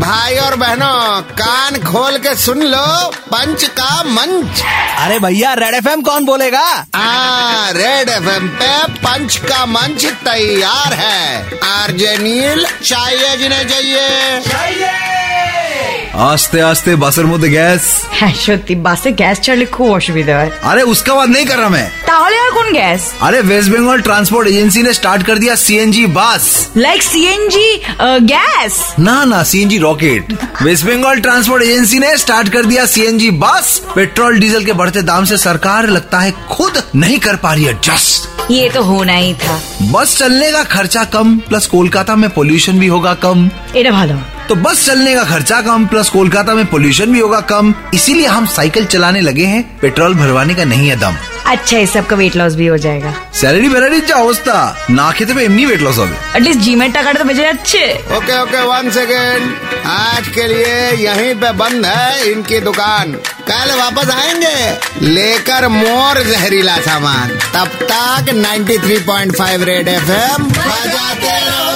भाई और बहनों कान खोल के सुन लो पंच का मंच अरे भैया रेड एफ कौन बोलेगा आ, रेड एफ पे पंच का मंच तैयार है आरजे नील चाहिए जिन्हें चाहिए आस्ते आस्ते बासर मुद गैस সত্যি বাসে গ্যাস ছাড়লে খুব অসুবিধা হয় अरे उसका बात नहीं कर रहा मैं তাহলে আর কোন গ্যাস अरे वेस्ट बंगाल ट्रांसपोर्ट एजेंसी ने स्टार्ट कर दिया CNG bus like CNG gas ना ना CNG rocket West Bengal transport agency ने स्टार्ट कर दिया सीएनजी बस पेट्रोल डीजल के बढ़ते दाम से सरकार लगता है खुद नहीं कर पा रही एडजस्ट ये तो होना ही था बस चलने का खर्चा कम प्लस कोलकाता में पोल्यूशन भी होगा कम এটা ভালো तो बस चलने का खर्चा कम प्लस कोलकाता में पोल्यूशन भी होगा कम इसीलिए हम साइकिल चलाने लगे हैं पेट्रोल भरवाने का नहीं है दम अच्छा इस सबका वेट लॉस भी हो जाएगा স্যালারি ভ্যালারির যা অবস্থা না খেতে পেয়ে এমনি ওয়েট লস হবে অ্যাটলিস্ট জিমের টাকাটা তো বেঁচে যাচ্ছে ओके ओके वन सेकेंड आज के लिए यहीं पे बंद है इनकी दुकान कल वापस आएंगे लेकर मोर जहरीला सामान तब तक 93.5 रेड एफ एम बजाते रहो